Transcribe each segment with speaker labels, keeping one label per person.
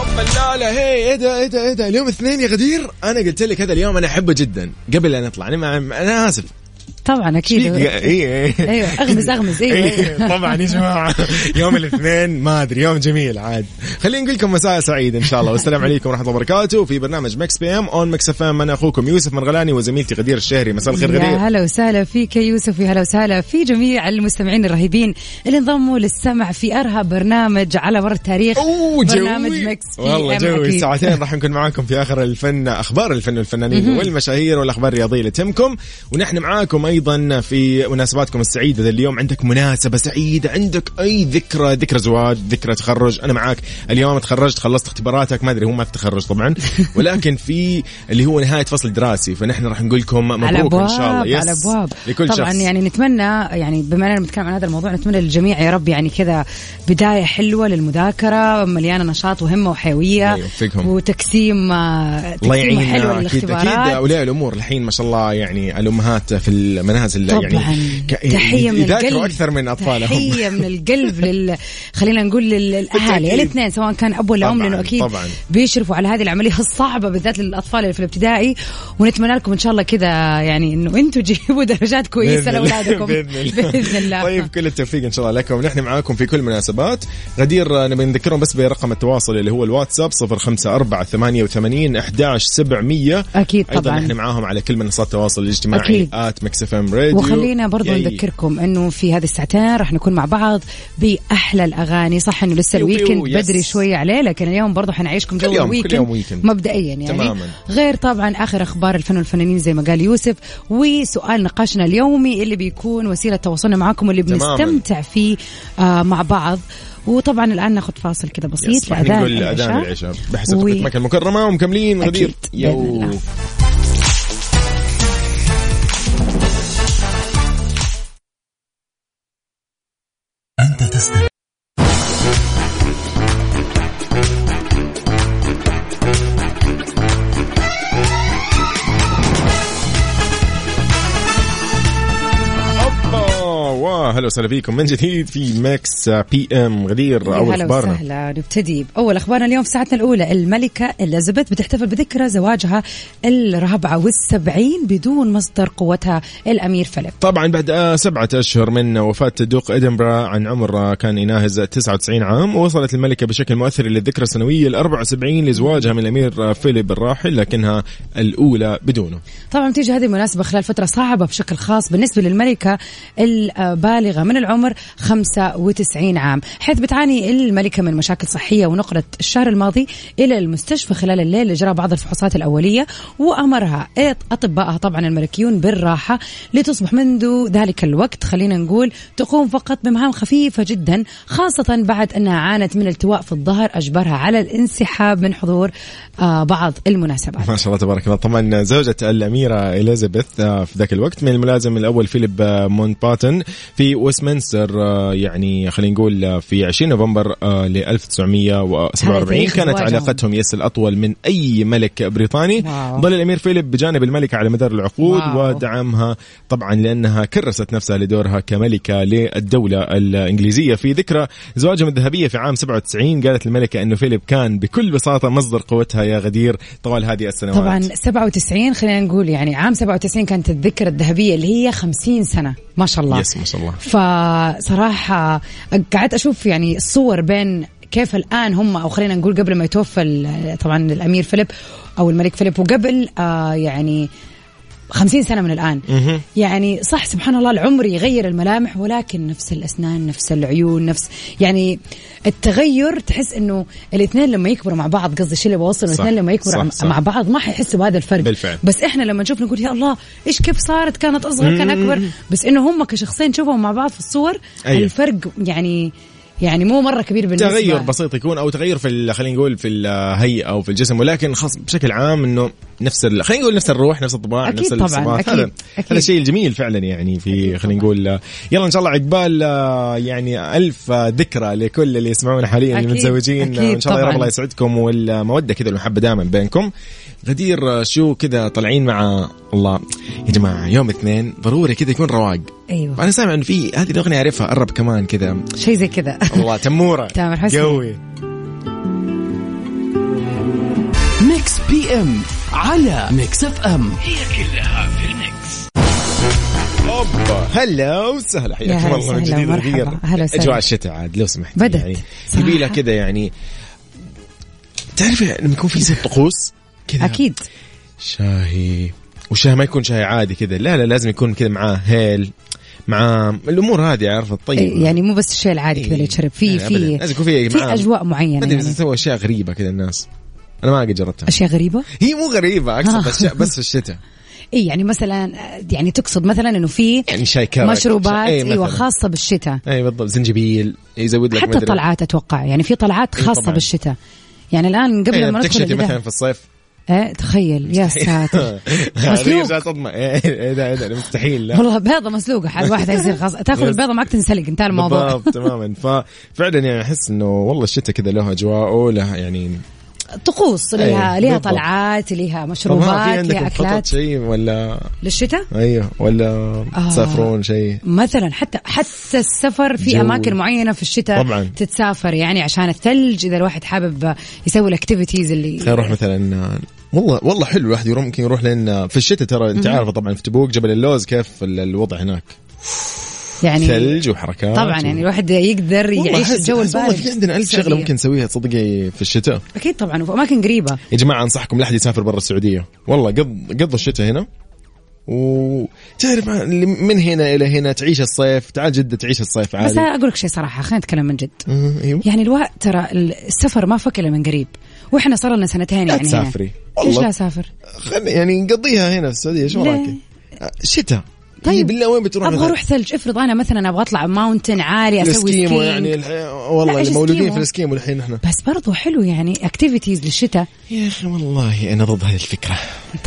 Speaker 1: أم لا لا هي ايه ده ايه ده ايه ده اليوم اثنين يا غدير انا قلت لك هذا اليوم انا احبه جدا قبل لا نطلع انا مع... انا اسف
Speaker 2: طبعا اكيد
Speaker 1: ايه
Speaker 2: ايوه اغمز اغمز ايوه
Speaker 1: طبعا إيه، يا جماعه يوم الاثنين ما ادري يوم جميل عاد خلينا نقول لكم مساء سعيد ان شاء الله والسلام عليكم ورحمه الله وبركاته في برنامج مكس بي ام اون مكس اف ام انا اخوكم يوسف مرغلاني وزميلتي غدير الشهري مساء الخير
Speaker 2: يا
Speaker 1: غدير
Speaker 2: هلا وسهلا فيك يا يوسف يا هلا وسهلا في جميع المستمعين الرهيبين اللي انضموا للسمع في ارهب برنامج على مر التاريخ
Speaker 1: اوه جوي
Speaker 2: برنامج مكس بي
Speaker 1: والله
Speaker 2: إم
Speaker 1: جوي
Speaker 2: أكيد.
Speaker 1: ساعتين راح نكون معاكم في اخر الفن اخبار الفن والفنانين والمشاهير والاخبار الرياضيه اللي تهمكم ونحن معاكم ايضا في مناسباتكم السعيده ذا اليوم عندك مناسبه سعيده عندك اي ذكرى ذكرى زواج ذكرى تخرج انا معاك اليوم تخرجت خلصت اختباراتك ما ادري هو ما في تخرج طبعا ولكن في اللي هو نهايه فصل دراسي فنحن راح نقول لكم
Speaker 2: على
Speaker 1: مبروك
Speaker 2: ابواب
Speaker 1: ان شاء الله
Speaker 2: على ابواب
Speaker 1: لكل
Speaker 2: طبعا
Speaker 1: شخص
Speaker 2: يعني نتمنى يعني بما اننا بنتكلم عن هذا الموضوع نتمنى للجميع يا رب يعني كذا بدايه حلوه للمذاكره مليانه نشاط وهمه وحيويه
Speaker 1: أيوه، يوفقهم.
Speaker 2: وتقسيم آه،
Speaker 1: الله
Speaker 2: تقسيم حلو
Speaker 1: يعيننا اكيد اكيد
Speaker 2: للاختبارات
Speaker 1: اولياء الامور الحين ما شاء الله يعني الامهات في المنازل
Speaker 2: طبعا
Speaker 1: يعني ك-
Speaker 2: تحية من
Speaker 1: يذاكروا
Speaker 2: القلب
Speaker 1: اكثر من اطفالهم
Speaker 2: تحية من القلب لل خلينا نقول للاهالي
Speaker 1: بالتأكيد.
Speaker 2: الاثنين سواء كان اب ولا ام
Speaker 1: طبعاً،
Speaker 2: لانه اكيد
Speaker 1: طبعاً.
Speaker 2: بيشرفوا على هذه العملية الصعبة بالذات للاطفال اللي في الابتدائي ونتمنى لكم ان شاء الله كذا يعني انه انتم تجيبوا درجات كويسة
Speaker 1: بإذن الله-
Speaker 2: لاولادكم
Speaker 1: باذن الله
Speaker 2: باذن الله
Speaker 1: طيب كل التوفيق ان شاء الله لكم نحن معاكم في كل المناسبات غدير آه، نبي نذكرهم بس برقم التواصل اللي هو الواتساب 054 88 11 700
Speaker 2: أكيد
Speaker 1: ايضا
Speaker 2: طبعاً.
Speaker 1: نحن معاهم على كل منصات التواصل الاجتماعي
Speaker 2: أكيد.
Speaker 1: ات مكس اف ام راديو
Speaker 2: وخلينا برضو
Speaker 1: ياي.
Speaker 2: نذكركم انه في هذه الساعتين راح نكون مع بعض باحلى الاغاني صح انه لسه
Speaker 1: يو- يو-
Speaker 2: الويكند
Speaker 1: يس.
Speaker 2: بدري شويه عليه لكن اليوم برضو حنعيشكم جو
Speaker 1: كل يوم- كل
Speaker 2: الويكند
Speaker 1: يوم ويكند.
Speaker 2: مبدئيا يعني
Speaker 1: تماماً.
Speaker 2: غير طبعا اخر اخبار الفن والفنانين زي ما قال يوسف وسؤال نقاشنا اليومي اللي بيكون وسيله تواصلنا معاكم واللي
Speaker 1: تماماً.
Speaker 2: بنستمتع فيه آه مع بعض وطبعا الان ناخذ فاصل كده بسيط
Speaker 1: يس، راح نقول اذان العشاء بحسب
Speaker 2: و-
Speaker 1: و... مكه المكرمه ومكملين غدير
Speaker 2: أكيد، بإذن الله.
Speaker 1: أوبا، هلا وسهلا فيكم من جديد في ماكس بي ام غدير
Speaker 2: يا
Speaker 1: اول
Speaker 2: هلا
Speaker 1: اخبارنا
Speaker 2: وسهلا نبتدي باول اخبارنا اليوم في ساعتنا الاولى الملكه اليزابيث بتحتفل بذكرى زواجها الرابعه والسبعين بدون مصدر قوتها الامير فيليب
Speaker 1: طبعا بعد آه، سبعة أشهر من وفاة دوق إدنبرا عن عمر آه، كان يناهز 99 عام ووصلت الملكة بشكل مؤثر إلى الذكرى السنوية ال 74 لزواجها من الأمير آه، فيليب الراحل لكنها الأولى بدونه
Speaker 2: طبعا تيجي هذه المناسبة خلال فترة صعبة بشكل خاص بالنسبة للملكة البالغة من العمر 95 عام حيث بتعاني الملكة من مشاكل صحية ونقلت الشهر الماضي إلى المستشفى خلال الليل لإجراء بعض الفحوصات الأولية وأمرها أطبائها طبعا الملكيون بالراحة لتصبح منذ ذلك الوقت خلينا نقول تقوم فقط بمهام خفيفة جدا خاصة بعد أنها عانت من التواء في الظهر أجبرها على الانسحاب من حضور آه، بعض المناسبات
Speaker 1: ما شاء الله تبارك الله طبعا زوجة الأميرة إليزابيث آه، في ذاك الوقت من الملازم الأول فيليب آه، مونباتن في ويستمنستر آه، يعني خلينا نقول آه، في 20 نوفمبر آه، ل
Speaker 2: هذا
Speaker 1: 1947
Speaker 2: تاريخ
Speaker 1: كانت
Speaker 2: زواجهم.
Speaker 1: علاقتهم يس الأطول من أي ملك بريطاني
Speaker 2: واو.
Speaker 1: ظل الأمير فيليب بجانب الملكة على مدار العقود
Speaker 2: واو.
Speaker 1: ودعمها طبعا لأنها كرست نفسها لدورها كملكة للدولة الإنجليزية في ذكرى زواجهم الذهبية في عام 97 قالت الملكة أنه فيليب كان بكل بساطة مصدر قوتها يا غدير طوال هذه السنوات
Speaker 2: طبعا 97 خلينا نقول يعني عام 97 كانت الذكرى الذهبيه اللي هي 50 سنه ما شاء الله
Speaker 1: يس ما شاء الله
Speaker 2: فصراحه قعدت اشوف يعني الصور بين كيف الان هم او خلينا نقول قبل ما يتوفى ال- طبعا الامير فيليب او الملك فيليب وقبل آه يعني 50 سنه من الان يعني صح سبحان الله العمر يغير الملامح ولكن نفس الاسنان نفس العيون نفس يعني التغير تحس انه الاثنين لما يكبروا مع بعض قصدي الشيء اللي بوصله
Speaker 1: صح،
Speaker 2: الاثنين لما يكبروا
Speaker 1: صح،
Speaker 2: مع-
Speaker 1: صح.
Speaker 2: مع بعض ما حيحسوا بهذا الفرق
Speaker 1: بالفعل.
Speaker 2: بس احنا لما نشوف نقول يا الله ايش كيف صارت كانت اصغر كان اكبر بس انه هم كشخصين شوفهم مع بعض في الصور
Speaker 1: أيوة.
Speaker 2: الفرق يعني يعني مو مره كبير بالنسبه
Speaker 1: تغير بسيط يكون او تغير في ال- خلينا نقول في الهيئه او في الجسم ولكن خاص بشكل عام انه نفس ال- خلينا نقول نفس الروح نفس الطباع
Speaker 2: أكيد
Speaker 1: نفس
Speaker 2: طبعاً،
Speaker 1: الصباغ.
Speaker 2: أكيد،
Speaker 1: هذا
Speaker 2: أكيد.
Speaker 1: هذا الشيء الجميل فعلا يعني في خلينا نقول آه، يلا ان شاء الله عقبال آه، يعني الف آه، ذكرى لكل اللي يسمعونا حاليا
Speaker 2: أكيد،
Speaker 1: المتزوجين
Speaker 2: أكيد
Speaker 1: آه، وان شاء الله يا رب
Speaker 2: طبعاً.
Speaker 1: الله يسعدكم والموده كذا والمحبه دائما بينكم غدير آه، شو كذا طالعين مع الله يا جماعه يوم اثنين ضروري كذا يكون رواق
Speaker 2: ايوه
Speaker 1: انا سامع انه في هذه الاغنيه اعرفها قرب كمان كذا
Speaker 2: شيء زي كذا
Speaker 1: الله تموره
Speaker 2: تامر حسني.
Speaker 1: قوي
Speaker 3: ميكس بي ام على ميكس اف ام هي كلها في الميكس
Speaker 1: اوبا هلا وسهلا
Speaker 2: يا
Speaker 1: حياك
Speaker 2: هلا
Speaker 1: الله من
Speaker 2: وسهلا
Speaker 1: جديد
Speaker 2: ومرحبا.
Speaker 1: غدير.
Speaker 2: هلا وسهلا.
Speaker 1: اجواء الشتاء عاد لو سمحت
Speaker 2: بدت.
Speaker 1: يعني
Speaker 2: صراحة.
Speaker 1: يبي لها كذا يعني تعرفي لما يكون في صوت طقوس كذا
Speaker 2: اكيد
Speaker 1: شاهي والشاي ما يكون شاي عادي كذا لا لا لازم يكون كذا معاه هيل معاه الامور هذه طيب. عارفه الطيبه
Speaker 2: يعني مو بس الشيء العادي كذا اللي تشرب فيه
Speaker 1: يعني أيوه.
Speaker 2: في
Speaker 1: أبداً. لازم يكون في
Speaker 2: في
Speaker 1: معاه-
Speaker 2: اجواء
Speaker 1: ما
Speaker 2: معينه
Speaker 1: ادري
Speaker 2: يعني.
Speaker 1: بس تسوي اشياء غريبه كذا الناس انا ما قد جربتها
Speaker 2: اشياء غريبه
Speaker 1: هي مو غريبه اقصد
Speaker 2: آه.
Speaker 1: أشياء بس في الشتاء
Speaker 2: اي يعني مثلا آه، يعني تقصد مثلا انه في
Speaker 1: يعني شاي كرك
Speaker 2: مشروبات
Speaker 1: شاي- إيه،
Speaker 2: ايوه
Speaker 1: مثلاً.
Speaker 2: خاصه بالشتاء
Speaker 1: اي بالضبط زنجبيل يزود لك
Speaker 2: حتى
Speaker 1: مدري.
Speaker 2: الطلعات اتوقع يعني في طلعات
Speaker 1: إيه
Speaker 2: خاصه
Speaker 1: طبعاً.
Speaker 2: بالشتاء يعني الان
Speaker 1: إيه،
Speaker 2: قبل ما ندخل
Speaker 1: بتكشتي مثلا
Speaker 2: الإذاعة-
Speaker 1: في الصيف
Speaker 2: إيه تخيل يا ساتر مسلوق.
Speaker 1: مسلوق صدمه ايه إيه ده ايه ده مستحيل لا
Speaker 2: والله بيضه مسلوقه حال واحده يصير خاص تاخذ
Speaker 1: بس.
Speaker 2: البيضه معك تنسلق انتهى الموضوع
Speaker 1: بالضبط تماما ففعلا يعني احس انه والله الشتاء كذا له اجواءه له يعني
Speaker 2: طقوس لها
Speaker 1: إيه،
Speaker 2: لها
Speaker 1: بالضبط.
Speaker 2: طلعات لها
Speaker 1: طب ها، في
Speaker 2: مشروبات لها
Speaker 1: عندكم خطط
Speaker 2: اكلات
Speaker 1: شيء ولا
Speaker 2: للشتاء
Speaker 1: ايوه ولا
Speaker 2: آه.
Speaker 1: تسافرون شيء
Speaker 2: مثلا حتى حتى السفر في
Speaker 1: جو.
Speaker 2: اماكن معينه في الشتاء
Speaker 1: طبعاً.
Speaker 2: تتسافر يعني عشان الثلج اذا الواحد حابب يسوي الاكتيفيتيز اللي
Speaker 1: خلينا نروح مثلا والله والله حلو الواحد يروح ممكن يروح لان في الشتاء ترى انت عارفه طبعا في تبوك جبل اللوز كيف ال- الوضع هناك
Speaker 2: يعني
Speaker 1: ثلج وحركات
Speaker 2: طبعا
Speaker 1: و-
Speaker 2: يعني الواحد يقدر
Speaker 1: والله
Speaker 2: يعيش
Speaker 1: أحس-
Speaker 2: الجو
Speaker 1: أحس
Speaker 2: البارد
Speaker 1: والله في عندنا ألف شغله
Speaker 2: السعودية.
Speaker 1: ممكن نسويها تصدقي في الشتاء
Speaker 2: اكيد طبعا وفي اماكن قريبه
Speaker 1: يا جماعه انصحكم لا احد يسافر برا السعوديه والله قض قض الشتاء هنا وتعرف اللي من هنا الى هنا تعيش الصيف تعال جده تعيش الصيف
Speaker 2: بس
Speaker 1: عادي
Speaker 2: انا اقول لك شيء صراحه خلينا نتكلم من جد
Speaker 1: أمم، ايوه
Speaker 2: يعني الوقت ترى السفر ما فك الا من قريب واحنا صار لنا سنتين
Speaker 1: لا
Speaker 2: يعني هنا.
Speaker 1: تسافري
Speaker 2: ليش لا
Speaker 1: والله
Speaker 2: اسافر؟
Speaker 1: خل يعني نقضيها هنا في السعوديه شو
Speaker 2: ليه؟
Speaker 1: رايك شتاء
Speaker 2: طيب.
Speaker 1: طيب بالله وين بتروح
Speaker 2: ابغى
Speaker 1: مثلاً؟
Speaker 2: اروح ثلج افرض انا مثلا ابغى اطلع ماونتن عالي اسوي
Speaker 1: الاسكيمو
Speaker 2: سكينج.
Speaker 1: يعني الحين والله
Speaker 2: لا، إيش
Speaker 1: اللي مولودين
Speaker 2: إسكيمو؟
Speaker 1: في الاسكيمو الحين احنا
Speaker 2: بس برضو حلو يعني اكتيفيتيز للشتاء
Speaker 1: يا اخي والله انا ضد هذه الفكره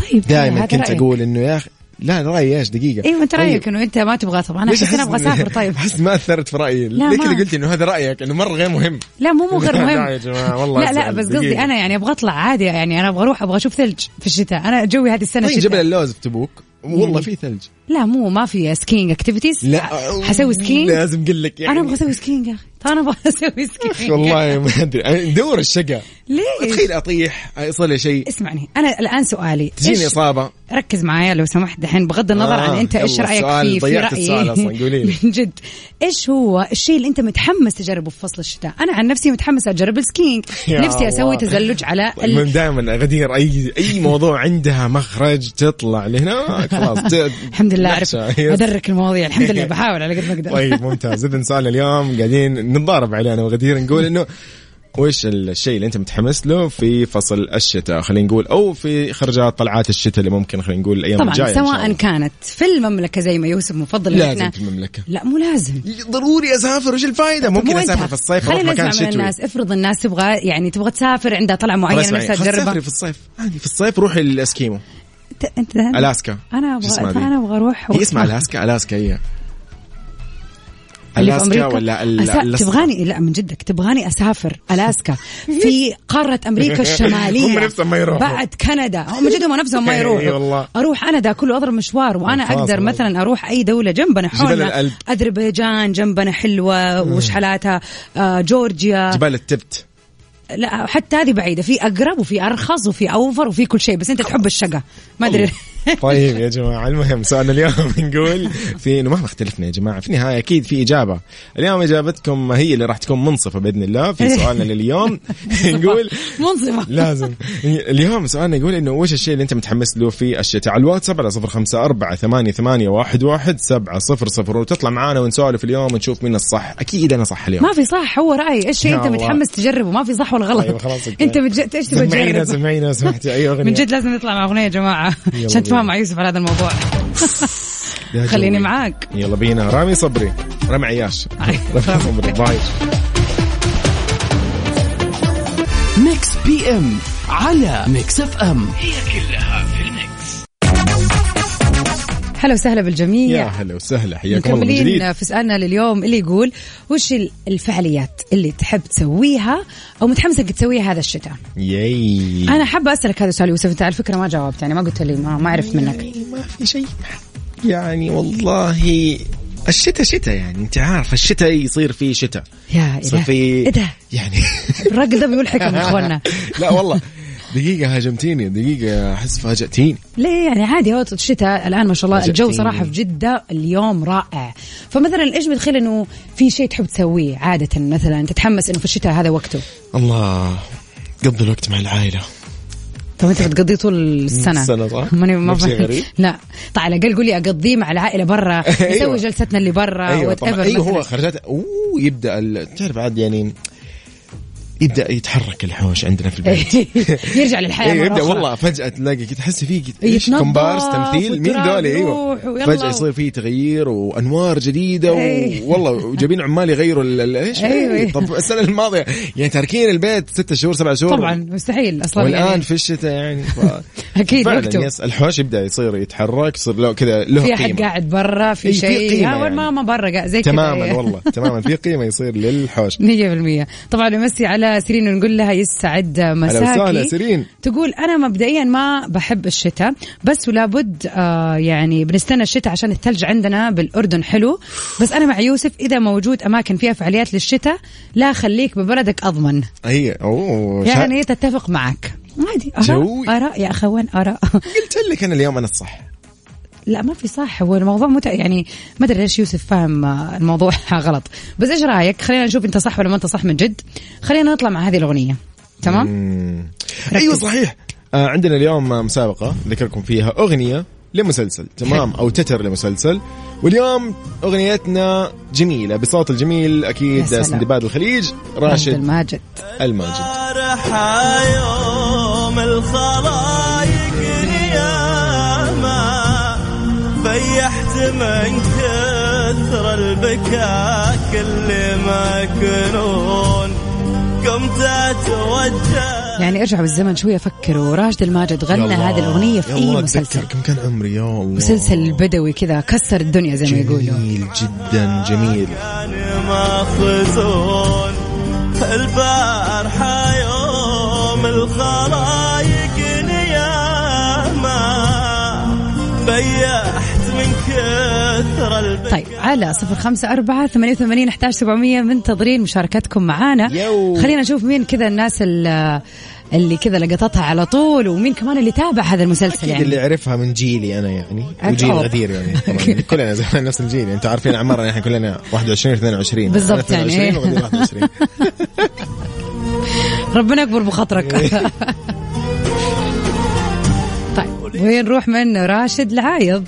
Speaker 2: طيب
Speaker 1: دائما
Speaker 2: هذا
Speaker 1: كنت
Speaker 2: رأيك.
Speaker 1: اقول انه يا اخي لا رايي ايش دقيقه
Speaker 2: ايوه انت
Speaker 1: طيب.
Speaker 2: رايك انه انت ما تبغى طبعا انا
Speaker 1: ليش
Speaker 2: حسيت انا ابغى
Speaker 1: أحس إني-
Speaker 2: اسافر طيب
Speaker 1: احس ما اثرت في رايي
Speaker 2: لا،
Speaker 1: ليك
Speaker 2: ما.
Speaker 1: اللي قلت انه هذا رايك انه مره غير مهم
Speaker 2: لا مو مو غير
Speaker 1: لا،
Speaker 2: مهم
Speaker 1: لا يا جماعة، والله
Speaker 2: لا لا
Speaker 1: أزعل.
Speaker 2: بس قصدي
Speaker 1: دقيقة.
Speaker 2: انا يعني ابغى اطلع عادي يعني انا ابغى اروح ابغى اشوف ثلج في الشتاء انا جوي هذه السنه
Speaker 1: طيب
Speaker 2: شتاء.
Speaker 1: جبل اللوز في تبوك والله
Speaker 2: يعني-
Speaker 1: في ثلج
Speaker 2: لا مو ما في سكينج اكتيفيتيز حسوي سكينج
Speaker 1: لازم اقول لك يعني
Speaker 2: انا ابغى اسوي سكينج يا اخي طيب انا ابغى اسوي سكينج
Speaker 1: والله ما ادري دور الشقة
Speaker 2: ليش
Speaker 1: تخيل اطيح يصير لي شيء
Speaker 2: اسمعني انا الان سؤالي
Speaker 1: تجيني
Speaker 2: إيش-
Speaker 1: اصابه
Speaker 2: ركز معايا لو سمحت دحين بغض النظر
Speaker 1: آه،
Speaker 2: عن انت ايش
Speaker 1: يلا،
Speaker 2: رايك
Speaker 1: سؤال،
Speaker 2: فيه في
Speaker 1: ضيعت السؤال
Speaker 2: رايي
Speaker 1: أصلاً، قولي لي.
Speaker 2: من جد ايش هو الشيء اللي انت متحمس تجربه في فصل الشتاء انا عن نفسي متحمسه اجرب السكينج
Speaker 1: يا
Speaker 2: نفسي
Speaker 1: الله.
Speaker 2: اسوي تزلج على
Speaker 1: المهم
Speaker 2: ال...
Speaker 1: دائما غدير اي اي موضوع عندها مخرج تطلع لهناك خلاص ت-
Speaker 2: الحمد لله اعرف
Speaker 1: نحشة. يس.
Speaker 2: ادرك المواضيع الحمد لله بحاول على قد ما اقدر
Speaker 1: طيب ممتاز اذا سؤال اليوم قاعدين نتضارب عليه انا وغدير نقول انه وش الشيء اللي انت متحمس له في فصل الشتاء خلينا نقول او في خرجات طلعات الشتاء اللي ممكن خلينا نقول الايام
Speaker 2: طبعا
Speaker 1: الجايه إن شاء
Speaker 2: سواء
Speaker 1: الله.
Speaker 2: كانت في المملكه زي ما يوسف مفضل إن
Speaker 1: لازم
Speaker 2: إحنا-
Speaker 1: في المملكه
Speaker 2: لا مو لازم
Speaker 1: ضروري اسافر وش الفائده
Speaker 2: طب
Speaker 1: ممكن
Speaker 2: طيب، مو
Speaker 1: اسافر
Speaker 2: أنت.
Speaker 1: في الصيف اروح
Speaker 2: خلينا
Speaker 1: مكان
Speaker 2: نسمع من
Speaker 1: شتوي
Speaker 2: الناس افرض الناس تبغى يعني تبغى تسافر عندها طلعه معينه
Speaker 1: خلاص
Speaker 2: نفسها
Speaker 1: معي. خلاص سافري
Speaker 2: تجربها
Speaker 1: في الصيف عادي في الصيف روحي الاسكيمو
Speaker 2: أنت- انت
Speaker 1: الاسكا
Speaker 2: انا
Speaker 1: شو اسمها
Speaker 2: ابغى
Speaker 1: ذي؟
Speaker 2: انا ابغى اروح
Speaker 1: هي اسمها الاسكا الاسكا هي
Speaker 2: اللي في
Speaker 1: الاسكا
Speaker 2: أمريكا؟
Speaker 1: إيه. ولا ال-
Speaker 2: أسا...
Speaker 1: الأسكا.
Speaker 2: تبغاني لا من جدك تبغاني اسافر الاسكا في قاره امريكا الشماليه
Speaker 1: هم نفسهم ما يروحوا.
Speaker 2: بعد كندا هم من جدهم نفسهم ما
Speaker 1: إي
Speaker 2: يروحوا
Speaker 1: والله.
Speaker 2: اروح انا ذا كله اضرب مشوار وانا
Speaker 1: خلاص
Speaker 2: اقدر
Speaker 1: والله.
Speaker 2: مثلا اروح اي دوله جنبنا
Speaker 1: جبال الألب.
Speaker 2: حولنا اذربيجان جنبنا حلوه وشحلاتها آه جورجيا
Speaker 1: جبال التبت
Speaker 2: لا حتى هذه بعيده في اقرب وفي ارخص وفي اوفر وفي كل شيء بس انت تحب الشقه ما ادري
Speaker 1: طيب يا جماعه المهم سؤالنا اليوم نقول في انه مهما اختلفنا يا جماعه في النهايه اكيد في اجابه اليوم اجابتكم هي اللي راح تكون منصفه باذن الله في سؤالنا لليوم نقول
Speaker 2: منظمه
Speaker 1: لازم اليوم سؤالنا يقول انه وش الشيء اللي انت متحمس له في الشتاء على الواتساب على صفر خمسة أربعة ثمانية, ثمانية واحد, واحد سبعة صفر صفر وتطلع معانا ونسولف اليوم ونشوف مين الصح أكيد أنا صح اليوم
Speaker 2: ما في صح هو رايي ايش شيء
Speaker 1: يا
Speaker 2: انت
Speaker 1: الله.
Speaker 2: متحمس تجربه ما في صح ولا غلط
Speaker 1: طيب نعم، خلاص أوكي.
Speaker 2: انت بتج... ايش تبغى
Speaker 1: سمعينا
Speaker 2: تجرب
Speaker 1: سمعينا سمعتي أي أغنية
Speaker 2: من جد لازم نطلع مع اغنيه يا جماعه
Speaker 1: يلا
Speaker 2: عشان
Speaker 1: بينا.
Speaker 2: تفاهم مع يوسف على هذا الموضوع
Speaker 1: يا
Speaker 2: خليني
Speaker 1: جوي.
Speaker 2: معاك
Speaker 1: يلا بينا رامي صبري رامي عياش
Speaker 2: أي.
Speaker 1: رامي صبري باي
Speaker 3: ميكس بي ام على ميكس اف ام هي كلها في الميكس
Speaker 2: هلا وسهلا
Speaker 1: يا
Speaker 2: بالجميع
Speaker 1: هلا وسهلا حياكم الله من جديد
Speaker 2: مكملين في سؤالنا لليوم اللي يقول وش ال- الفعاليات اللي تحب تسويها او متحمسه انك تسويها هذا الشتاء؟
Speaker 1: ياي
Speaker 2: انا حابه اسالك هذا السؤال يوسف انت على فكره ما جاوبت يعني ما قلت لي ما, ما عرفت منك
Speaker 1: يعني ما في شيء يعني والله الشتاء شتاء يعني انت عارف الشتاء يصير فيه شتاء
Speaker 2: يا
Speaker 1: يصير
Speaker 2: إله.
Speaker 1: فيه
Speaker 2: إيه ده؟
Speaker 1: يعني
Speaker 2: الراجل ده بيقول حكم اخواننا
Speaker 1: لا والله دقيقة هاجمتيني دقيقة احس فاجأتيني
Speaker 2: ليه يعني عادي هو الشتاء الان ما شاء الله الجو
Speaker 1: فاجأتيني.
Speaker 2: صراحه في جده اليوم رائع فمثلا ايش بتخيل انه في شيء تحب تسويه عاده مثلا تتحمس انه في الشتاء هذا وقته
Speaker 1: الله قضي الوقت مع العائلة
Speaker 2: طب انت طيب، بتقضيه طول السنه
Speaker 1: السنة صح؟
Speaker 2: ماني ما
Speaker 1: مو شيء
Speaker 2: فاهم.
Speaker 1: غريب؟
Speaker 2: لا طيب على الاقل قولي اقضيه مع العائله برا
Speaker 1: أيوة.
Speaker 2: نسوي جلستنا اللي برا
Speaker 1: ايوه
Speaker 2: آه، whatever
Speaker 1: طبعا ايوه
Speaker 2: مثلاً.
Speaker 1: هو خرجات اوه يبدا ال- تعرف عاد يعني يبدا يتحرك الحوش عندنا في البيت
Speaker 2: يرجع للحياه
Speaker 1: ايوه
Speaker 2: مرة
Speaker 1: يبدا
Speaker 2: أخرى.
Speaker 1: والله فجاه تلاقي كده تحس فيه كده ايش
Speaker 2: يتنظف
Speaker 1: كومبارس تمثيل مين
Speaker 2: وتراب
Speaker 1: دول ايوه
Speaker 2: يروح ويلا.
Speaker 1: فجاه يصير فيه تغيير وانوار جديده
Speaker 2: إيه.
Speaker 1: والله جايبين عمال يغيروا ال- ال- ايش
Speaker 2: أيوة.
Speaker 1: إيه. طب السنه الماضيه يعني تاركين البيت ستة شهور سبعة شهور
Speaker 2: طبعا مستحيل اصلا
Speaker 1: والان
Speaker 2: يعني
Speaker 1: في الشتاء يعني ف...
Speaker 2: اكيد
Speaker 1: فعلا
Speaker 2: وقته
Speaker 1: يس الحوش يبدا يصير يتحرك يصير له كذا له
Speaker 2: في
Speaker 1: قيمه
Speaker 2: احد قاعد برا في
Speaker 1: إيه، في
Speaker 2: شيء
Speaker 1: قيمة
Speaker 2: ها
Speaker 1: يعني.
Speaker 2: والماما برا قاعد زي كذا
Speaker 1: تماما
Speaker 2: إيه.
Speaker 1: والله تماما في قيمه يصير للحوش
Speaker 2: 100% طبعا نمسي على سيرين ونقول لها يسعد مساكي
Speaker 1: وسهلا سيرين.
Speaker 2: تقول انا مبدئيا ما بحب الشتاء بس ولابد آه يعني بنستنى الشتاء عشان الثلج عندنا بالاردن حلو بس انا مع يوسف اذا موجود اماكن فيها فعاليات للشتاء لا خليك ببلدك اضمن
Speaker 1: هي اوه شا-
Speaker 2: يعني تتفق معك عادي
Speaker 1: جوي.
Speaker 2: اراء اراء يا اخوان اراء
Speaker 1: قلت لك انا اليوم انا الصح
Speaker 2: لا ما في صح هو الموضوع مت... يعني ما ادري ليش يوسف فاهم آه، الموضوع غلط بس ايش رايك خلينا نشوف انت صح ولا ما انت صح من جد خلينا نطلع مع هذه الاغنيه تمام
Speaker 1: مم. ايوه صحيح آه عندنا اليوم آه، مسابقه ذكركم فيها اغنيه لمسلسل تمام او تتر لمسلسل واليوم اغنيتنا جميله بصوت الجميل
Speaker 2: يا
Speaker 1: اكيد
Speaker 2: سلام.
Speaker 1: سندباد الخليج
Speaker 2: راشد
Speaker 1: راشد
Speaker 2: الماجد
Speaker 1: الماجد
Speaker 4: فرحة يوم الخلايق نيامة فيحت من كثر البكاء كل ما كنون قمت اتوجه
Speaker 2: يعني ارجع بالزمن شوية فكروا راشد الماجد غنى هذه الاغنيه في اي إيه، مسلسل
Speaker 1: كم كان عمري يا الله
Speaker 2: مسلسل بدوي كذا كسر الدنيا زي ما يقولوا
Speaker 1: جميل جدا جميل
Speaker 4: كان مخزون الفرحة يوم الخلايق نيامة بيحت من كثر البكاء
Speaker 2: طيب على صفر خمسة أربعة ثمانية وثمانين أحتاج سبعمية منتظرين مشاركتكم معانا
Speaker 1: يو.
Speaker 2: خلينا نشوف مين كذا الناس ال- اللي كذا لقطتها على طول ومين كمان اللي تابع هذا المسلسل
Speaker 1: اكيد يعني. اللي
Speaker 2: يعني
Speaker 1: عرفها من جيلي انا يعني
Speaker 2: أكيد.
Speaker 1: وجيل غدير يعني طبعاً. كلنا زي نفس الجيل يعني انتم عارفين اعمارنا احنا كلنا 21 22
Speaker 2: بالضبط
Speaker 1: أنا
Speaker 2: يعني.
Speaker 1: 22 وغدير 21
Speaker 2: ربنا يكبر بخاطرك
Speaker 1: إيه.
Speaker 2: طيب وين نروح من راشد لعايض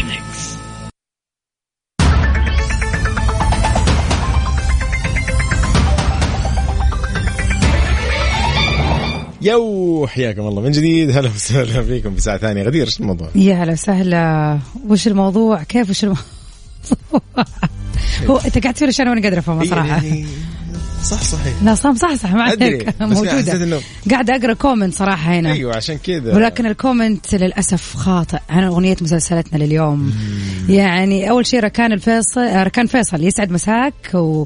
Speaker 3: الميكس
Speaker 1: يو حياكم الله من جديد هلا وسهلا فيكم في ساعه ثانيه غدير ايش الموضوع؟
Speaker 2: يا هلا وسهلا وش الموضوع كيف وش الموضوع هو انت قاعد تفرش انا وانا قادره افهمها صراحه
Speaker 1: يعني- صح صحيح
Speaker 2: لا صح صح صح ما
Speaker 1: أدري،
Speaker 2: عليك
Speaker 1: بس أنا حسيت
Speaker 2: موجوده
Speaker 1: إنه-
Speaker 2: قاعده اقرا كومنت صراحه هنا
Speaker 1: ايوه عشان كذا
Speaker 2: ولكن الكومنت للاسف خاطئ عن اغنيه مسلسلتنا لليوم يعني اول شيء ركان الفيصل آه، ركان فيصل يسعد مساك و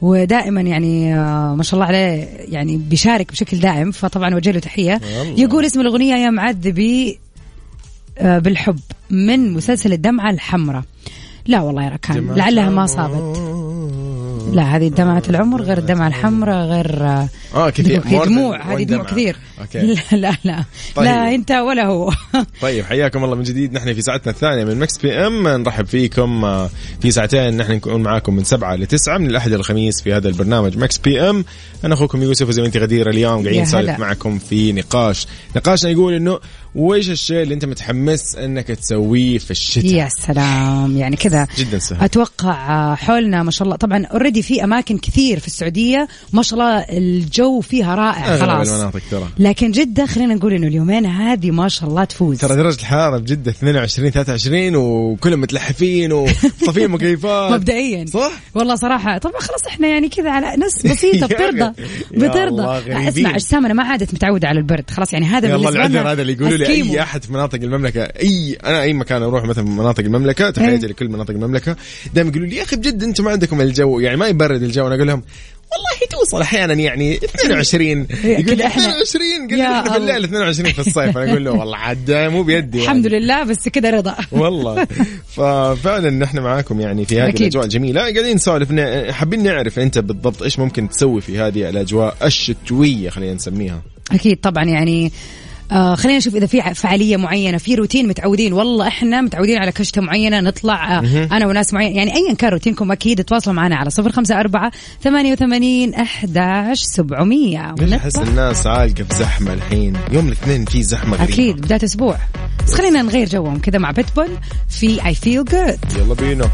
Speaker 2: ودائما يعني آه، ما شاء الله عليه يعني بيشارك بشكل دائم فطبعا وجه له تحيه
Speaker 1: والله.
Speaker 2: يقول اسم الاغنيه يا معذبي آه، بالحب من مسلسل الدمعه الحمراء لا والله يا ركان لعلها ما صابت لا هذه دمعة العمر غير الدمعة الحمراء غير
Speaker 1: آه، كثير.
Speaker 2: دموع,
Speaker 1: More than
Speaker 2: دموع
Speaker 1: one
Speaker 2: هذه دموع
Speaker 1: دمعة.
Speaker 2: كثير
Speaker 1: أوكي.
Speaker 2: لا لا لا
Speaker 1: طيب.
Speaker 2: لا انت ولا هو
Speaker 1: طيب حياكم الله من جديد نحن في ساعتنا الثانيه من مكس بي ام نرحب فيكم آه، في ساعتين نحن نكون معاكم من سبعة لتسعة من الاحد الخميس في هذا البرنامج مكس بي ام انا اخوكم يوسف وزميلتي غدير اليوم
Speaker 2: يا
Speaker 1: قاعدين نسولف
Speaker 2: هلا.
Speaker 1: معكم في نقاش نقاشنا يقول انه وايش الشيء اللي انت متحمس انك تسويه في الشتاء
Speaker 2: يا سلام يعني كذا
Speaker 1: جداً سهل.
Speaker 2: اتوقع حولنا ما شاء الله طبعا اوريدي في اماكن كثير في السعوديه ما شاء الله الجو فيها رائع
Speaker 1: أغلب
Speaker 2: خلاص
Speaker 1: المناطق أيوة، ترى
Speaker 2: لكن جده خلينا نقول انه اليومين هذه ما شاء الله تفوز
Speaker 1: ترى درجة الحرارة بجدة 22 23 وكلهم متلحفين وطافين مكيفات
Speaker 2: مبدئيا
Speaker 1: صح؟
Speaker 2: والله صراحه طبعا خلاص احنا يعني كذا على ناس بسيطه
Speaker 1: يا
Speaker 2: بترضى
Speaker 1: غ- يا الله،
Speaker 2: بترضى
Speaker 1: غريبين.
Speaker 2: اسمع اجسام انا ما عادت متعوده على البرد خلاص يعني هذا
Speaker 1: يلا
Speaker 2: بالنسبه
Speaker 1: العذر
Speaker 2: لنا
Speaker 1: هذا اللي يقولوا يعني. لي
Speaker 2: أسكيمو.
Speaker 1: اي احد في مناطق المملكه اي انا اي مكان اروح مثلا من مناطق المملكه
Speaker 2: إيه.
Speaker 1: تحياتي لكل مناطق المملكه دائما يقولوا لي يا اخي بجد انتم ما عندكم الجو يعني ما يبرد الجو انا اقول لهم والله توصل احيانا يعني 22 يقول
Speaker 2: كذا
Speaker 1: لي
Speaker 2: إيه، إحنا-
Speaker 1: 22 قال لي
Speaker 2: يا
Speaker 1: احنا بالليل
Speaker 2: الله.
Speaker 1: 22 في الصيف انا اقول له والله عاد مو بيدي يعني.
Speaker 2: الحمد لله بس كذا رضا
Speaker 1: والله ففعلا نحن معاكم يعني في هذه
Speaker 2: أكيد.
Speaker 1: الاجواء الجميله قاعدين نسولف ن- حابين نعرف انت بالضبط ايش ممكن تسوي في هذه الاجواء الشتويه خلينا نسميها
Speaker 2: اكيد طبعا يعني آه خلينا نشوف اذا في ع- فعاليه معينه في روتين متعودين والله احنا متعودين على كشته معينه نطلع آه انا وناس معين يعني ايا كان روتينكم اكيد تواصلوا معنا على 054 88 11 700
Speaker 1: ليش احس الناس عالقه في زحمه الحين يوم الاثنين في زحمه غريبه
Speaker 2: اكيد بدايه اسبوع بس خلينا نغير جوهم كذا مع بيتبول في اي فيل جود
Speaker 1: يلا بينا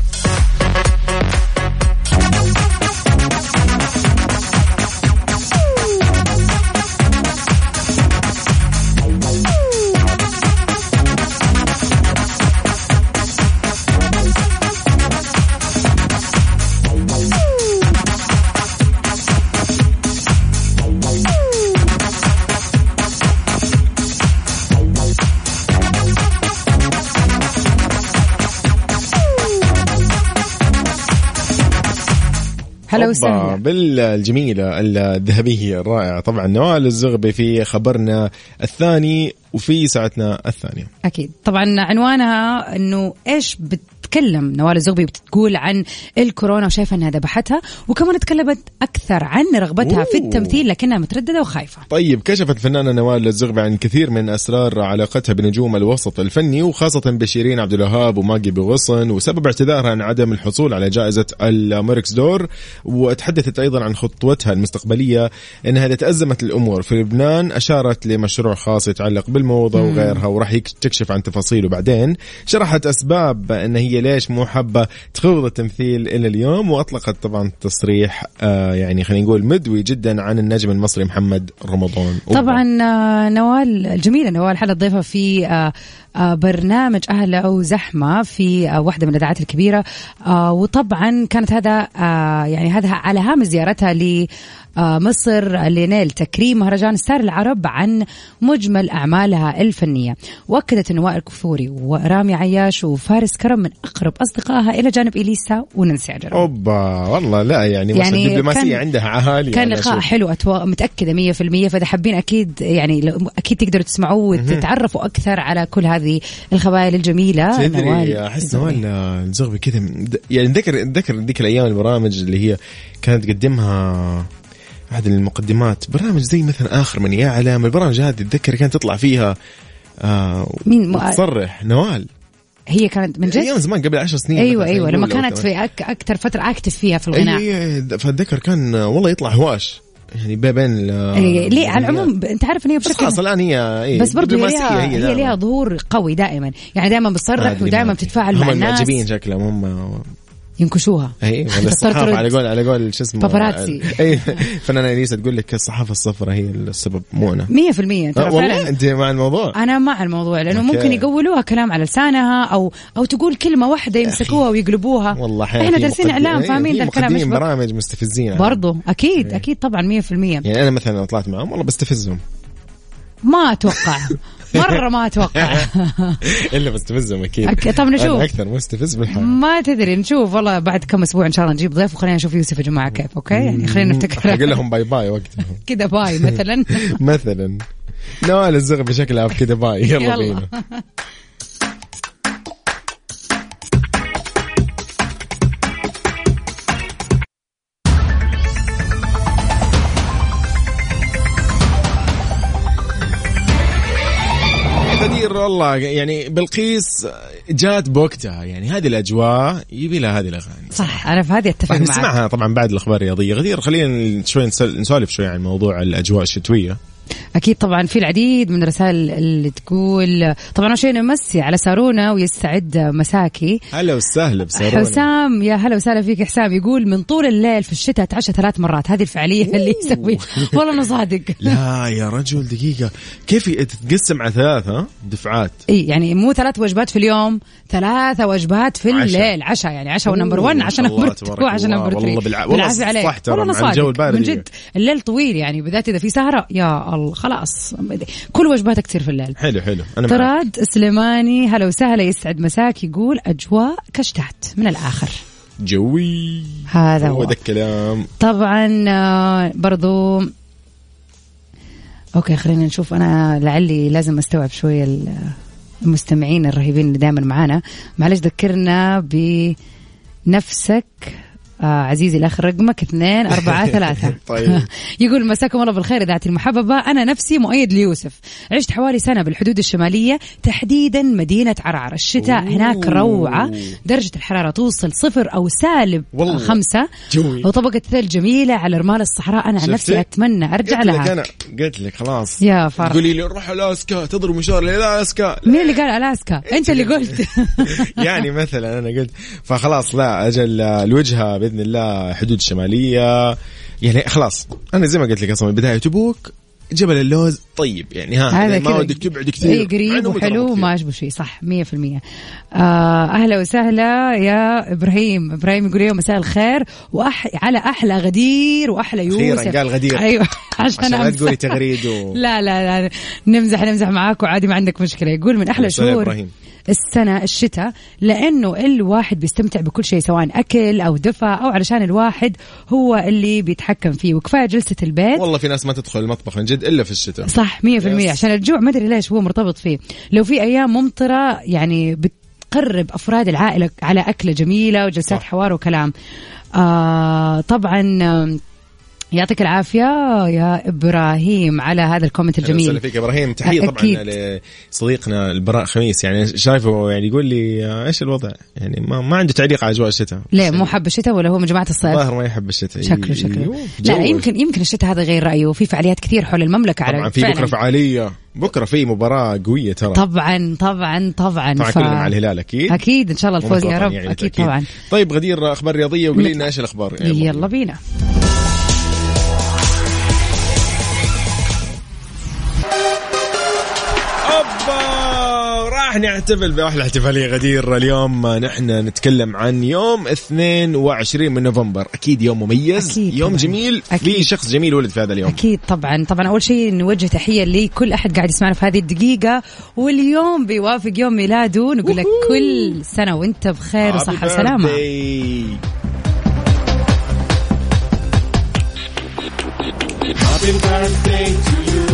Speaker 2: هلا
Speaker 1: أوبا،
Speaker 2: وسهلا
Speaker 1: بالجميله الذهبيه الرائعه طبعا نوال الزغبي في خبرنا الثاني وفي ساعتنا الثانيه
Speaker 2: اكيد طبعا عنوانها انه ايش بتتكلم نوال الزغبي بتقول عن الكورونا وشايفه انها ذبحتها وكمان تكلمت اكثر عن رغبتها أوه. في
Speaker 1: أوه.
Speaker 2: التمثيل لكنها متردده وخايفه
Speaker 1: طيب كشفت الفنانة نوال الزغبي عن كثير من أسرار علاقتها بنجوم الوسط الفني وخاصة بشيرين عبد الوهاب وماجي بغصن وسبب اعتذارها عن عدم الحصول على جائزة الميركس دور وتحدثت أيضا عن خطوتها المستقبلية أنها إذا تأزمت الأمور في لبنان أشارت لمشروع خاص يتعلق بالموضة وغيرها وراح يك- تكشف عن تفاصيله بعدين شرحت أسباب أن هي ليش مو حابة تخوض التمثيل إلى اليوم وأطلقت طبعا تصريح آه يعني خلينا نقول مدوي جدا عن النجم المصري محمد رمضان
Speaker 2: طبعا آه، نوال الجميله نوال حلا ضيفها في آه، آه، برنامج أهلا وزحمة في آه، واحدة من الإذاعات الكبيرة آه، وطبعا كانت هذا آه، يعني هذا على هامش زيارتها ل آه، مصر لنيل تكريم مهرجان ستار العرب عن مجمل أعمالها الفنية وأكدت أن وائل كفوري ورامي عياش وفارس كرم من أقرب أصدقائها إلى جانب إليسا وننسي عجرم
Speaker 1: اوبا والله لا يعني,
Speaker 2: يعني
Speaker 1: يعني الدبلوماسيه
Speaker 2: كان-
Speaker 1: عندها عهالي
Speaker 2: كان
Speaker 1: أنا
Speaker 2: لقاء
Speaker 1: أشوف.
Speaker 2: حلو أتوا... متأكدة 100% فإذا حابين أكيد يعني لو- أكيد تقدروا تسمعوه وتتعرفوا أكثر على كل هذه الخبايل الجميلة
Speaker 1: تدري احس نوال
Speaker 2: إيه.
Speaker 1: آه، الزغبي كذا من- د- يعني ذكر ذكر ذيك الايام البرامج اللي هي كانت تقدمها احد المقدمات برنامج زي مثلا اخر من يا علام البرامج هذه اتذكر كانت تطلع فيها آه
Speaker 2: مين مو-
Speaker 1: تصرح نوال
Speaker 2: هي كانت من جد
Speaker 1: ايام زمان قبل عشر سنين
Speaker 2: أيوة
Speaker 1: مثلاً،
Speaker 2: أيوة
Speaker 1: خلينا
Speaker 2: لما
Speaker 1: نقول، أو
Speaker 2: كانت
Speaker 1: كمان.
Speaker 2: في أك... أكثر فترة أكتف فيها في
Speaker 1: اي
Speaker 2: الغناء
Speaker 1: اي اي فاتذكر كان آه، والله يطلع هواش يعني بين
Speaker 2: إيه، ليه على العموم ب- أنت عارف إن هي
Speaker 1: بس خلاص
Speaker 2: بشكل
Speaker 1: الان هي إيه
Speaker 2: بس برضه هي
Speaker 1: دبلوماسية نعم.
Speaker 2: ليها هي,
Speaker 1: دائماً.
Speaker 2: ليها ظهور قوي دائما يعني دائما
Speaker 1: ما
Speaker 2: بتصرح
Speaker 1: أدري،
Speaker 2: ودائما
Speaker 1: ما أدري.
Speaker 2: بتتفاعل
Speaker 1: هم
Speaker 2: مع
Speaker 1: المعجبين
Speaker 2: الناس
Speaker 1: شكلهم هم
Speaker 2: ينكشوها
Speaker 1: اي إيه، ولا
Speaker 2: تضطر
Speaker 1: الصحافه
Speaker 2: ترد.
Speaker 1: على قول على قول شو اسمه
Speaker 2: باباراتسي.
Speaker 1: اي فنانه اليسا تقول لك الصحافه الصفراء هي السبب مو انا
Speaker 2: 100% ترى
Speaker 1: آه،
Speaker 2: آه. فعلا
Speaker 1: والله انت مع الموضوع
Speaker 2: انا مع الموضوع لانه
Speaker 1: أوكي.
Speaker 2: ممكن يقولوها كلام على لسانها او او تقول كلمه واحده يمسكوها ويقلبوها
Speaker 1: والله أحياناً
Speaker 2: احنا
Speaker 1: في
Speaker 2: دارسين
Speaker 1: مقدم-
Speaker 2: اعلام
Speaker 1: أيوة،
Speaker 2: فاهمين
Speaker 1: في
Speaker 2: ذا الكلام
Speaker 1: مقدمين
Speaker 2: ايش بك-
Speaker 1: برامج مستفزين يعني.
Speaker 2: برضو اكيد اكيد طبعا 100%
Speaker 1: يعني انا مثلا لو طلعت معهم والله بستفزهم
Speaker 2: ما اتوقع مره ما اتوقع
Speaker 1: الا بستفزهم اكيد
Speaker 2: أك- طب نشوف.
Speaker 1: انا اكثر مستفز بالحياه
Speaker 2: ما تدري نشوف والله بعد كم اسبوع ان شاء الله نجيب ضيف وخلينا نشوف يوسف يا جماعه كيف اوكي يعني خلينا
Speaker 1: اقول
Speaker 2: نفتكر
Speaker 1: لهم باي باي وقتها
Speaker 2: كذا باي مثلا
Speaker 1: مثلا نوال الزغبي شكلها في كذا باي يلا
Speaker 2: يلا.
Speaker 1: بينا غدير والله يعني بلقيس جات بوقتها يعني هذه الاجواء يبي لها هذه الاغاني
Speaker 2: صح انا في هذه اتفق
Speaker 1: راح
Speaker 2: معك
Speaker 1: نسمعها طبعا بعد الاخبار الرياضيه غدير خلينا شوي نسل- نسولف شوي عن موضوع الاجواء الشتويه
Speaker 2: اكيد طبعا في العديد من الرسائل اللي تقول طبعا اول شيء نمسي على سارونا ويستعد مساكي
Speaker 1: هلا وسهلا بسارونا
Speaker 2: حسام يا هلا وسهلا فيك يا حسام يقول من طول الليل في الشتاء اتعشى ثلاث مرات هذه الفعاليه اللي يسويها والله انا صادق
Speaker 1: لا يا رجل دقيقة كيف تتقسم على ثلاث ها دفعات
Speaker 2: اي يعني مو ثلاث وجبات في اليوم ثلاثة وجبات في
Speaker 1: عشاء.
Speaker 2: الليل عشاء يعني عشاء ونمبر 1
Speaker 1: أوه،
Speaker 2: عشاء
Speaker 1: ما شاء الله،
Speaker 2: نمبر 2
Speaker 1: تبارك
Speaker 2: وعشاء
Speaker 1: الله.
Speaker 2: نمبر 3
Speaker 1: والله بالع- والله صح ترى مع الجو البارد
Speaker 2: من
Speaker 1: يعني.
Speaker 2: جد الليل طويل يعني بداية اذا في سهرة يا الله خلاص كل وجباتك تصير في الليل
Speaker 1: حلو حلو أنا معك.
Speaker 2: طراد سليماني هلا وسهلا يسعد مساك يقول اجواء كشتات من الاخر
Speaker 1: جوي
Speaker 2: هذا
Speaker 1: هو
Speaker 2: هو
Speaker 1: ذا الكلام
Speaker 2: طبعا آه، برضو اوكي خلينا نشوف انا لعلي لازم استوعب شويه ال- المستمعين الرهيبين اللي دائما معانا معلش ذكرنا بنفسك آه عزيزي الاخ رقمك اثنين أربعة ثلاثة
Speaker 1: طيب.
Speaker 2: يقول مساكم الله بالخير اذاعتي المحببة انا نفسي مؤيد ليوسف عشت حوالي سنة بالحدود الشمالية تحديدا مدينة عرعر الشتاء
Speaker 1: أوه.
Speaker 2: هناك روعة درجة الحرارة توصل صفر أو سالب
Speaker 1: والله.
Speaker 2: خمسة
Speaker 1: جوي.
Speaker 2: وطبقة ثلج جميلة على رمال الصحراء أنا عن
Speaker 1: شفتي؟
Speaker 2: نفسي أتمنى أرجع
Speaker 1: قلت لك
Speaker 2: لها
Speaker 1: أنا قلت لك خلاص
Speaker 2: يا فرح.
Speaker 1: قولي لي روح ألاسكا تضرب مشوار لألاسكا
Speaker 2: مين اللي قال ألاسكا؟ أنت اللي قلت
Speaker 1: يعني مثلا انا قلت فخلاص لا اجل الوجهه باذن الله حدود شماليه يعني خلاص انا زي ما قلت لك اصلا من بدايه تبوك جبل اللوز طيب يعني ها يعني ما
Speaker 2: كذا.
Speaker 1: ودك تبعد كثير
Speaker 2: إيه
Speaker 1: مع
Speaker 2: قريب
Speaker 1: إنه متربط
Speaker 2: وحلو
Speaker 1: كثير.
Speaker 2: وما أشبه شيء صح 100% آه أهلا وسهلا يا إبراهيم إبراهيم يقول يوم مساء الخير وأح... على أحلى غدير وأحلى
Speaker 1: أخيراً
Speaker 2: يوسف
Speaker 1: قال غدير.
Speaker 2: أيوه عشان,
Speaker 1: عشان لا
Speaker 2: أمزح.
Speaker 1: تقولي تغريد و-
Speaker 2: لا لا لا نمزح نمزح معاك وعادي ما عندك مشكله يقول من احلى
Speaker 1: يا سلام
Speaker 2: شهور
Speaker 1: إبراهيم.
Speaker 2: السنه الشتاء لانه الواحد بيستمتع بكل شيء سواء اكل او دفى او علشان الواحد هو اللي بيتحكم فيه وكفايه جلسه البيت
Speaker 1: والله في ناس ما تدخل المطبخ من جد الا في الشتاء
Speaker 2: صح 100%
Speaker 1: يس.
Speaker 2: عشان الجوع ما ادري ليش هو مرتبط فيه لو في ايام ممطره يعني بتقرب افراد العائله على اكله جميله وجلسات
Speaker 1: صح.
Speaker 2: حوار وكلام آه طبعا آم، يعطيك العافيه يا ابراهيم على هذا الكومنت
Speaker 1: أهلا
Speaker 2: الجميل
Speaker 1: وسهلا فيك يا ابراهيم تحيه طبعا
Speaker 2: أكيد.
Speaker 1: لصديقنا البراء خميس يعني شايفه يعني يقول لي آه، ايش الوضع يعني ما, ما عنده تعليق على اجواء الشتاء
Speaker 2: ليه مو حب الشتاء ولا هو من جماعه الصيف؟
Speaker 1: الظاهر ما يحب الشتاء
Speaker 2: شكله شكله
Speaker 1: أيوه،
Speaker 2: لا
Speaker 1: جو.
Speaker 2: يمكن يمكن الشتاء هذا غير رايه وفي فعاليات كثير حول المملكه على
Speaker 1: طبعا في
Speaker 2: فعلاً.
Speaker 1: بكره فعاليه بكره في مباراه قويه ترى
Speaker 2: طبعا طبعا طبعا
Speaker 1: طبعا
Speaker 2: ف-
Speaker 1: كلنا مع الهلال اكيد
Speaker 2: اكيد ان شاء الله الفوز يا
Speaker 1: ومطلقاً
Speaker 2: رب
Speaker 1: يعني
Speaker 2: اكيد
Speaker 1: بالتأكيد.
Speaker 2: طبعا
Speaker 1: طيب غدير اخبار رياضيه وقولي لنا يعني ايش الاخبار
Speaker 2: يلا بينا
Speaker 1: اوبا راح نحتفل باحلى احتفاليه غدير اليوم نحن نتكلم عن يوم 22 من نوفمبر اكيد يوم مميز
Speaker 2: أكيد
Speaker 1: يوم
Speaker 2: طبعاً.
Speaker 1: جميل
Speaker 2: أكيد.
Speaker 1: في شخص جميل ولد في هذا اليوم
Speaker 2: اكيد طبعا طبعا اول شيء نوجه تحيه لكل احد قاعد يسمعنا في هذه الدقيقه واليوم بيوافق يوم ميلاده نقول لك كل سنه وانت بخير وصحه
Speaker 1: Happy
Speaker 2: وسلامه
Speaker 1: birthday.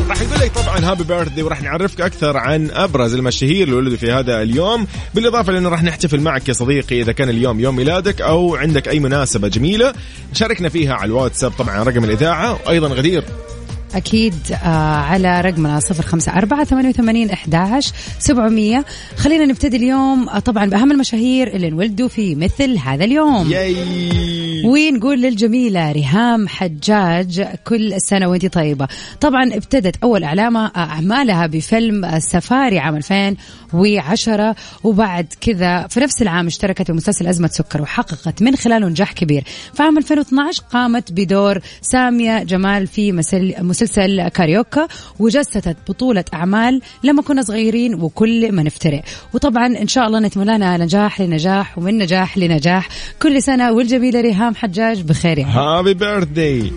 Speaker 1: راح نقول لك طبعا هابي بيرثدي وراح نعرفك اكثر عن ابرز المشاهير اللي ولدوا في هذا اليوم بالاضافه لانه راح نحتفل معك يا صديقي اذا كان اليوم يوم ميلادك او عندك اي مناسبه جميله شاركنا فيها على الواتساب طبعا رقم الاذاعه وايضا غدير
Speaker 2: أكيد آه على رقمنا صفر خمسة أربعة ثمانية وثمانين أحداش سبعمية خلينا نبتدي اليوم آه طبعا بأهم المشاهير اللي انولدوا في مثل هذا اليوم
Speaker 1: ياي
Speaker 2: ونقول للجميلة ريهام حجاج كل سنة وانت طيبة طبعا ابتدت أول أعلامها أعمالها بفيلم آه، سفاري عام 2010 وبعد كذا في نفس العام اشتركت في مسلسل أزمة سكر وحققت من خلاله نجاح كبير في عام 2012 قامت بدور سامية جمال في مسل- مسلسل كاريوكا وجسدت بطولة أعمال لما كنا صغيرين وكل ما نفترق وطبعا إن شاء الله نتمنى لها نجاح لنجاح ومن نجاح لنجاح كل سنة والجميلة ريهام حجاج بخير يا رب.
Speaker 1: هابي بيرثدي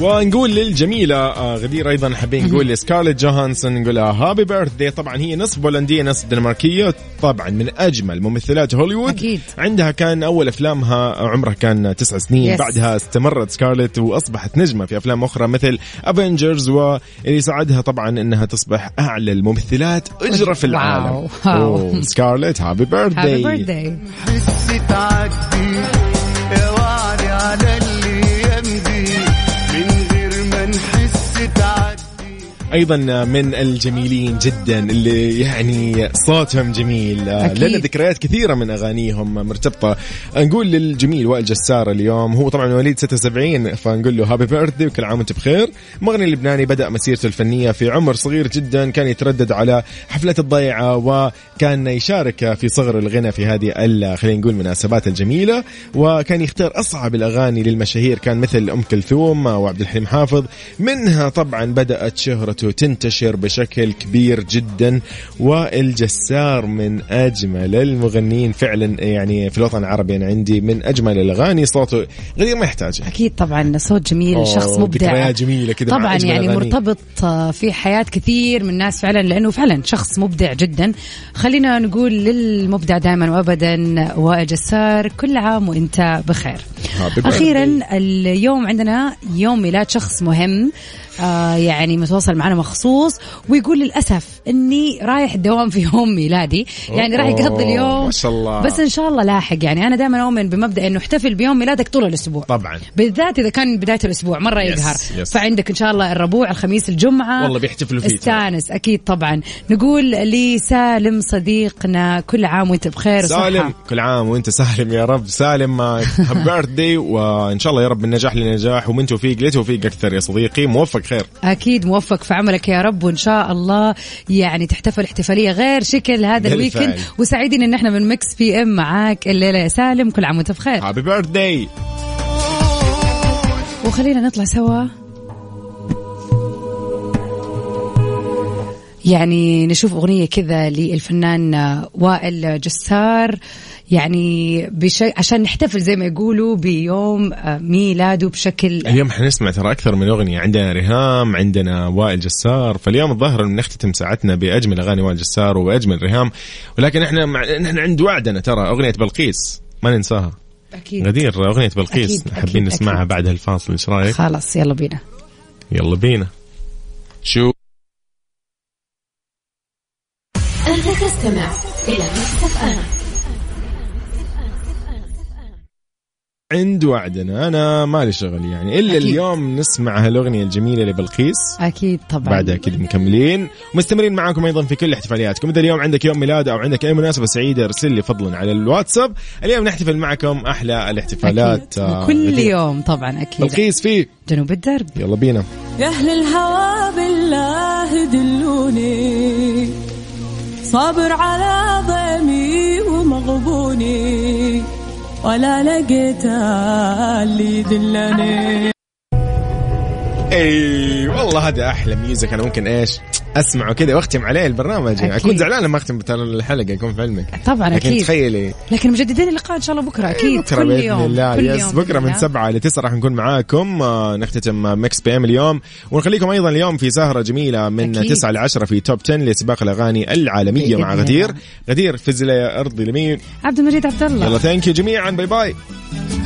Speaker 1: ونقول للجميلة آه، غدير أيضا حابين نقول لسكارلت جوهانسون نقول لها هابي بيرثدي طبعا هي نصف بولندية نصف دنماركية طبعا من أجمل ممثلات هوليوود
Speaker 2: أكيد.
Speaker 1: عندها كان أول أفلامها عمرها كان تسع سنين
Speaker 2: Yes.
Speaker 1: بعدها استمرت سكارلت وأصبحت نجمة في أفلام أخرى مثل أفنجرز واللي ساعدها طبعا أنها تصبح أعلى الممثلات أجرة في العالم
Speaker 2: واو. واو.
Speaker 1: أوه، سكارلت هابي
Speaker 2: هابي
Speaker 1: بيرثدي
Speaker 2: بيرثداي
Speaker 4: بس تعدي اوعدي على اللي يمضي من غير ما نحس تعدي
Speaker 1: ايضا من الجميلين جدا اللي يعني صوتهم جميل آه،
Speaker 2: أكيد.
Speaker 1: لنا ذكريات كثيره من اغانيهم مرتبطه نقول للجميل وائل جسار اليوم هو طبعا مواليد 76 فنقول له هابي بيرثدي وكل عام وانت بخير مغني لبناني بدا مسيرته الفنيه في عمر صغير جدا كان يتردد على حفلات الضيعه وكان يشارك في صغر الغنى في هذه ال- خلينا نقول مناسبات الجميله وكان يختار اصعب الاغاني للمشاهير كان مثل ام كلثوم وعبد الحليم حافظ منها طبعا بدات شهرته تنتشر بشكل كبير جدا والجسار من اجمل المغنيين فعلا يعني في الوطن العربي انا عندي من اجمل الاغاني صوته غير ما يحتاج
Speaker 2: اكيد طبعا صوت جميل
Speaker 1: أوه،
Speaker 2: شخص مبدع
Speaker 1: ذكريات جميلة كده مع
Speaker 2: طبعا
Speaker 1: أجمل
Speaker 2: يعني
Speaker 1: أغانيه.
Speaker 2: مرتبط آه، في حياه كثير من الناس فعلا لانه فعلا شخص مبدع جدا خلينا نقول للمبدع دائما وابدا وائل جسار كل عام وانت بخير
Speaker 1: Happy birthday.
Speaker 2: اخيرا اليوم عندنا يوم ميلاد شخص مهم آه يعني متواصل معنا مخصوص ويقول للاسف اني رايح الدوام في يوم ميلادي يعني راح يقضي
Speaker 1: أوه،
Speaker 2: اليوم
Speaker 1: ما شاء الله.
Speaker 2: بس ان شاء الله لاحق يعني انا دائما اؤمن بمبدا انه احتفل بيوم ميلادك طول الاسبوع
Speaker 1: طبعا
Speaker 2: بالذات اذا كان بدايه الاسبوع مره يقهر
Speaker 1: يس.
Speaker 2: فعندك ان شاء الله الربوع الخميس الجمعه
Speaker 1: والله بيحتفلوا فيه ترى.
Speaker 2: استانس اكيد طبعا نقول لسالم صديقنا كل عام وانت بخير وصحه
Speaker 1: سالم كل عام وانت سالم يا رب سالم uh, هابي داي وان شاء الله يا رب من نجاح لنجاح ومن توفيق لتوفيق اكثر يا صديقي موفق خير
Speaker 2: اكيد موفق في عملك يا رب وان شاء الله يعني تحتفل احتفاليه غير شكل هذا
Speaker 1: بالفعل.
Speaker 2: الويكند وسعيدين ان احنا من مكس بي ام معاك الليله يا سالم كل عام وانت بخير
Speaker 1: هابي داي
Speaker 2: وخلينا نطلع سوا يعني نشوف أغنية كذا للفنان وائل جسار يعني بش... عشان نحتفل زي ما يقولوا بيوم ميلاده بشكل
Speaker 1: اليوم حنسمع ترى اكثر من اغنيه عندنا ريهام عندنا وائل جسار فاليوم الظاهر إن بنختتم ساعتنا باجمل اغاني وائل جسار واجمل ريهام ولكن احنا مع... احنا عند وعدنا ترى اغنيه بلقيس ما ننساها
Speaker 2: أكيد
Speaker 1: غدير اغنيه بلقيس
Speaker 2: أكيد،
Speaker 1: حابين
Speaker 2: أكيد،
Speaker 1: نسمعها
Speaker 2: أكيد.
Speaker 1: بعد هالفاصل ايش رايك
Speaker 2: خلاص يلا بينا
Speaker 1: يلا بينا شو
Speaker 5: أنت تستمع إلى ميكس أف أم
Speaker 1: عند وعدنا انا مالي شغل يعني الا
Speaker 2: أكيد.
Speaker 1: اليوم نسمع هالاغنيه الجميله لبلقيس
Speaker 2: أكيد طبعا
Speaker 1: بعدها اكيد مكملين ومستمرين معاكم ايضا في كل احتفالياتكم اذا اليوم عندك يوم ميلاد او عندك اي مناسبه سعيده ارسل لي فضلا على الواتساب اليوم نحتفل معكم احلى
Speaker 2: أكيد.
Speaker 1: الاحتفالات آه،
Speaker 2: كل
Speaker 1: غدير.
Speaker 2: يوم طبعا أكيد
Speaker 1: بلقيس فيه
Speaker 2: جنوب الدرب
Speaker 1: يلا بينا
Speaker 6: يا أهل الهوى بالله دلوني صابر على ضيمي ومغبوني ولا لقيت اللي يدلني
Speaker 1: اي والله هذا احلى ميوزك انا ممكن ايش اسمعه كذا واختم عليه البرنامج يعني
Speaker 2: أكيد.
Speaker 1: اكون زعلان لما اختم ترى الحلقه يكون في علمك
Speaker 2: طبعا
Speaker 1: لكن
Speaker 2: أكيد
Speaker 1: تخيلي
Speaker 2: لكن مجددين اللقاء إن شاء الله بكرة أكيد
Speaker 1: بكره
Speaker 2: كل
Speaker 1: باذن
Speaker 2: يوم
Speaker 1: الله
Speaker 2: كل
Speaker 1: يس
Speaker 2: يوم
Speaker 1: بكره
Speaker 2: بإذن
Speaker 1: من
Speaker 2: الله.
Speaker 1: سبعة ل 9 راح نكون معاكم آه، نختتم آه، مكس بي ام اليوم ونخليكم ايضا اليوم في سهره جميله من
Speaker 2: أكيد.
Speaker 1: 9 ل 10 في توب 10 لسباق الاغاني العالميه
Speaker 2: بإذن
Speaker 1: مع
Speaker 2: الله.
Speaker 1: غدير غدير فزلة يا ارضي لمين
Speaker 2: عبد المجيد عبد الله
Speaker 1: يلا ثانك يو جميعا باي باي